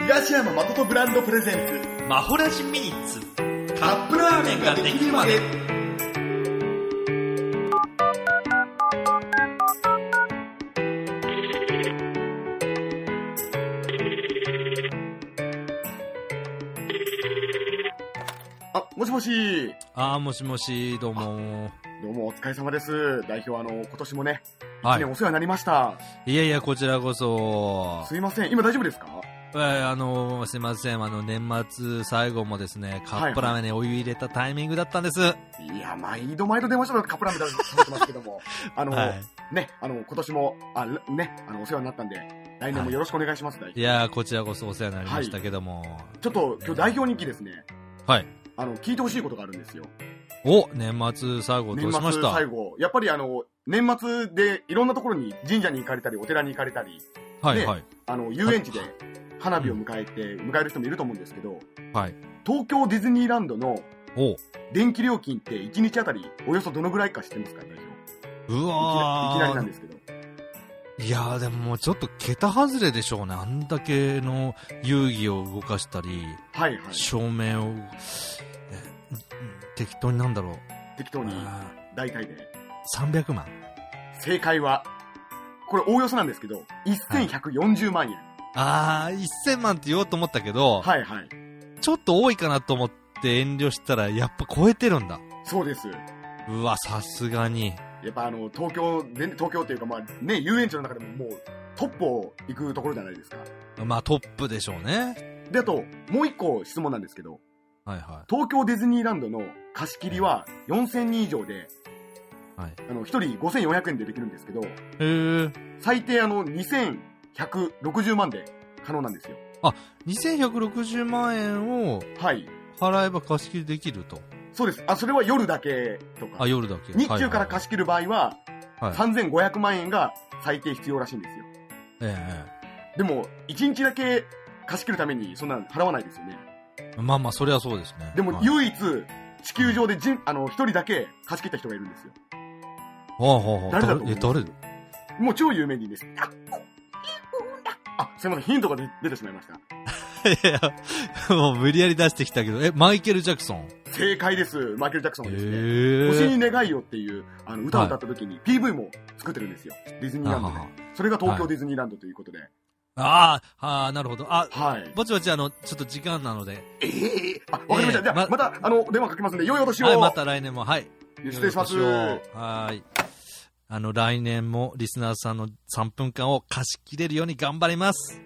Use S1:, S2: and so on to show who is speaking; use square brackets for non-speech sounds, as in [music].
S1: 東山誠ブランドプレゼンツ
S2: マホラジミニッツ
S1: カップラーメンができるまであもしもし
S2: ああもしもしどうも
S1: どうもお疲れ様です代表あの今年もね
S2: は
S1: 一年お世話になりました
S2: いいやいやこちらこそ
S1: すいません今大丈夫ですか
S2: えーあのすいませんあの年末最後もですねカップラーメンにお湯入れたタイミングだったんです、
S1: いや毎度毎度電話してもらってカップラーメン食べてますけどもあの、
S2: [laughs] はい
S1: ね、あの、今年も、あ、らね、あの、お世話になったんで、来年もよろしくお願いします、代
S2: い
S1: 表
S2: やーこちらこそお世話になりましたけども
S1: ちょっと、今日代表人気ですね、
S2: はい、
S1: あの、聞いてほしいことがあるんですよ。
S2: お年末最後ど
S1: 年
S2: うしま
S1: 末
S2: した
S1: 最後、やっぱりあの、年末でいろんなところに神社に行かれたり、お寺に行かれたり、
S2: はいはい
S1: あの、遊園地で花火を迎えて、迎える人もいると思うんですけど、
S2: はい
S1: 東京ディズニーランドの
S2: お
S1: 電気料金って1日あたりおよそどのぐらいか知ってますか、代表。
S2: う
S1: いきなりいきなり
S2: わ
S1: なん
S2: ー
S1: ですけど。
S2: いやーでももうちょっと桁外れでしょうねあんだけの遊戯を動かしたり
S1: はいはい。
S2: 照明を、え適当になんだろう
S1: 適当に、
S2: あ
S1: 大体で。
S2: ー300万
S1: 正解は、これおおよそなんですけど、1140万円。
S2: ああ1000万って言おうと思ったけど、
S1: はいはい。
S2: ちょっと多いかなと思って遠慮したらやっぱ超えてるんだ
S1: そうです。
S2: うわさすがに
S1: やっぱあの、東京、全東京っていうかまあね、遊園地の中でももうトップを行くところじゃないですか。
S2: まあトップでしょうね
S1: で、あと、もう一個質問なんですけど、
S2: はいは
S1: 東京ディズニーランドの貸し切りは4000人以上で、
S2: はい
S1: あの、1人5400円でできるんですけど、
S2: いへえ
S1: 最低あの、2160万で可能なんですよ。
S2: 2160万円を
S1: はい。
S2: 払えば貸し切りできると
S1: そうです。あ、それは夜だけとか
S2: あ。夜だけ
S1: 日中から貸し
S2: し
S1: 切る場合は、
S2: はい
S1: 3500万円が最低必要らしいんですよ。
S2: ええ
S1: でも、1日だけ貸し切るためにそんな払わないですよね。
S2: ええまあまあそれはそうですね
S1: でも、
S2: はい
S1: 唯一、地球上で人、あの、一人だけ貸し切った人がいるんですよ。
S2: ほうほうほう
S1: 誰だと思う
S2: え誰
S1: もう超有名人です。あ、おいうんだあ、すいません、ヒントが出出てしまいました。
S2: [laughs] いやいやもう無理やり出してきたけどえマイケル・ジャクソン
S1: 正解です。マイケル・ジャクソンがですね。
S2: え
S1: 星
S2: え
S1: に願いよっていうあの歌を歌った時に PV も作ってるんですよ。ディズニーランドで
S2: あはは。
S1: それが東京
S2: はい
S1: ディズニーランドということで。
S2: あーあーなるほどあ
S1: はい。
S2: ぼちぼちあのちょっと時間なので
S1: ええあ、わかりました。
S2: ええ
S1: じゃあ、
S2: ま
S1: また、あの、電話かけますんで、良いお年を。
S2: はいまた来年もはい
S1: 失礼します。
S2: よろく
S1: は
S2: お年をはーい。あの、来年もリスナーさんの3分間を貸し切れるように頑張ります。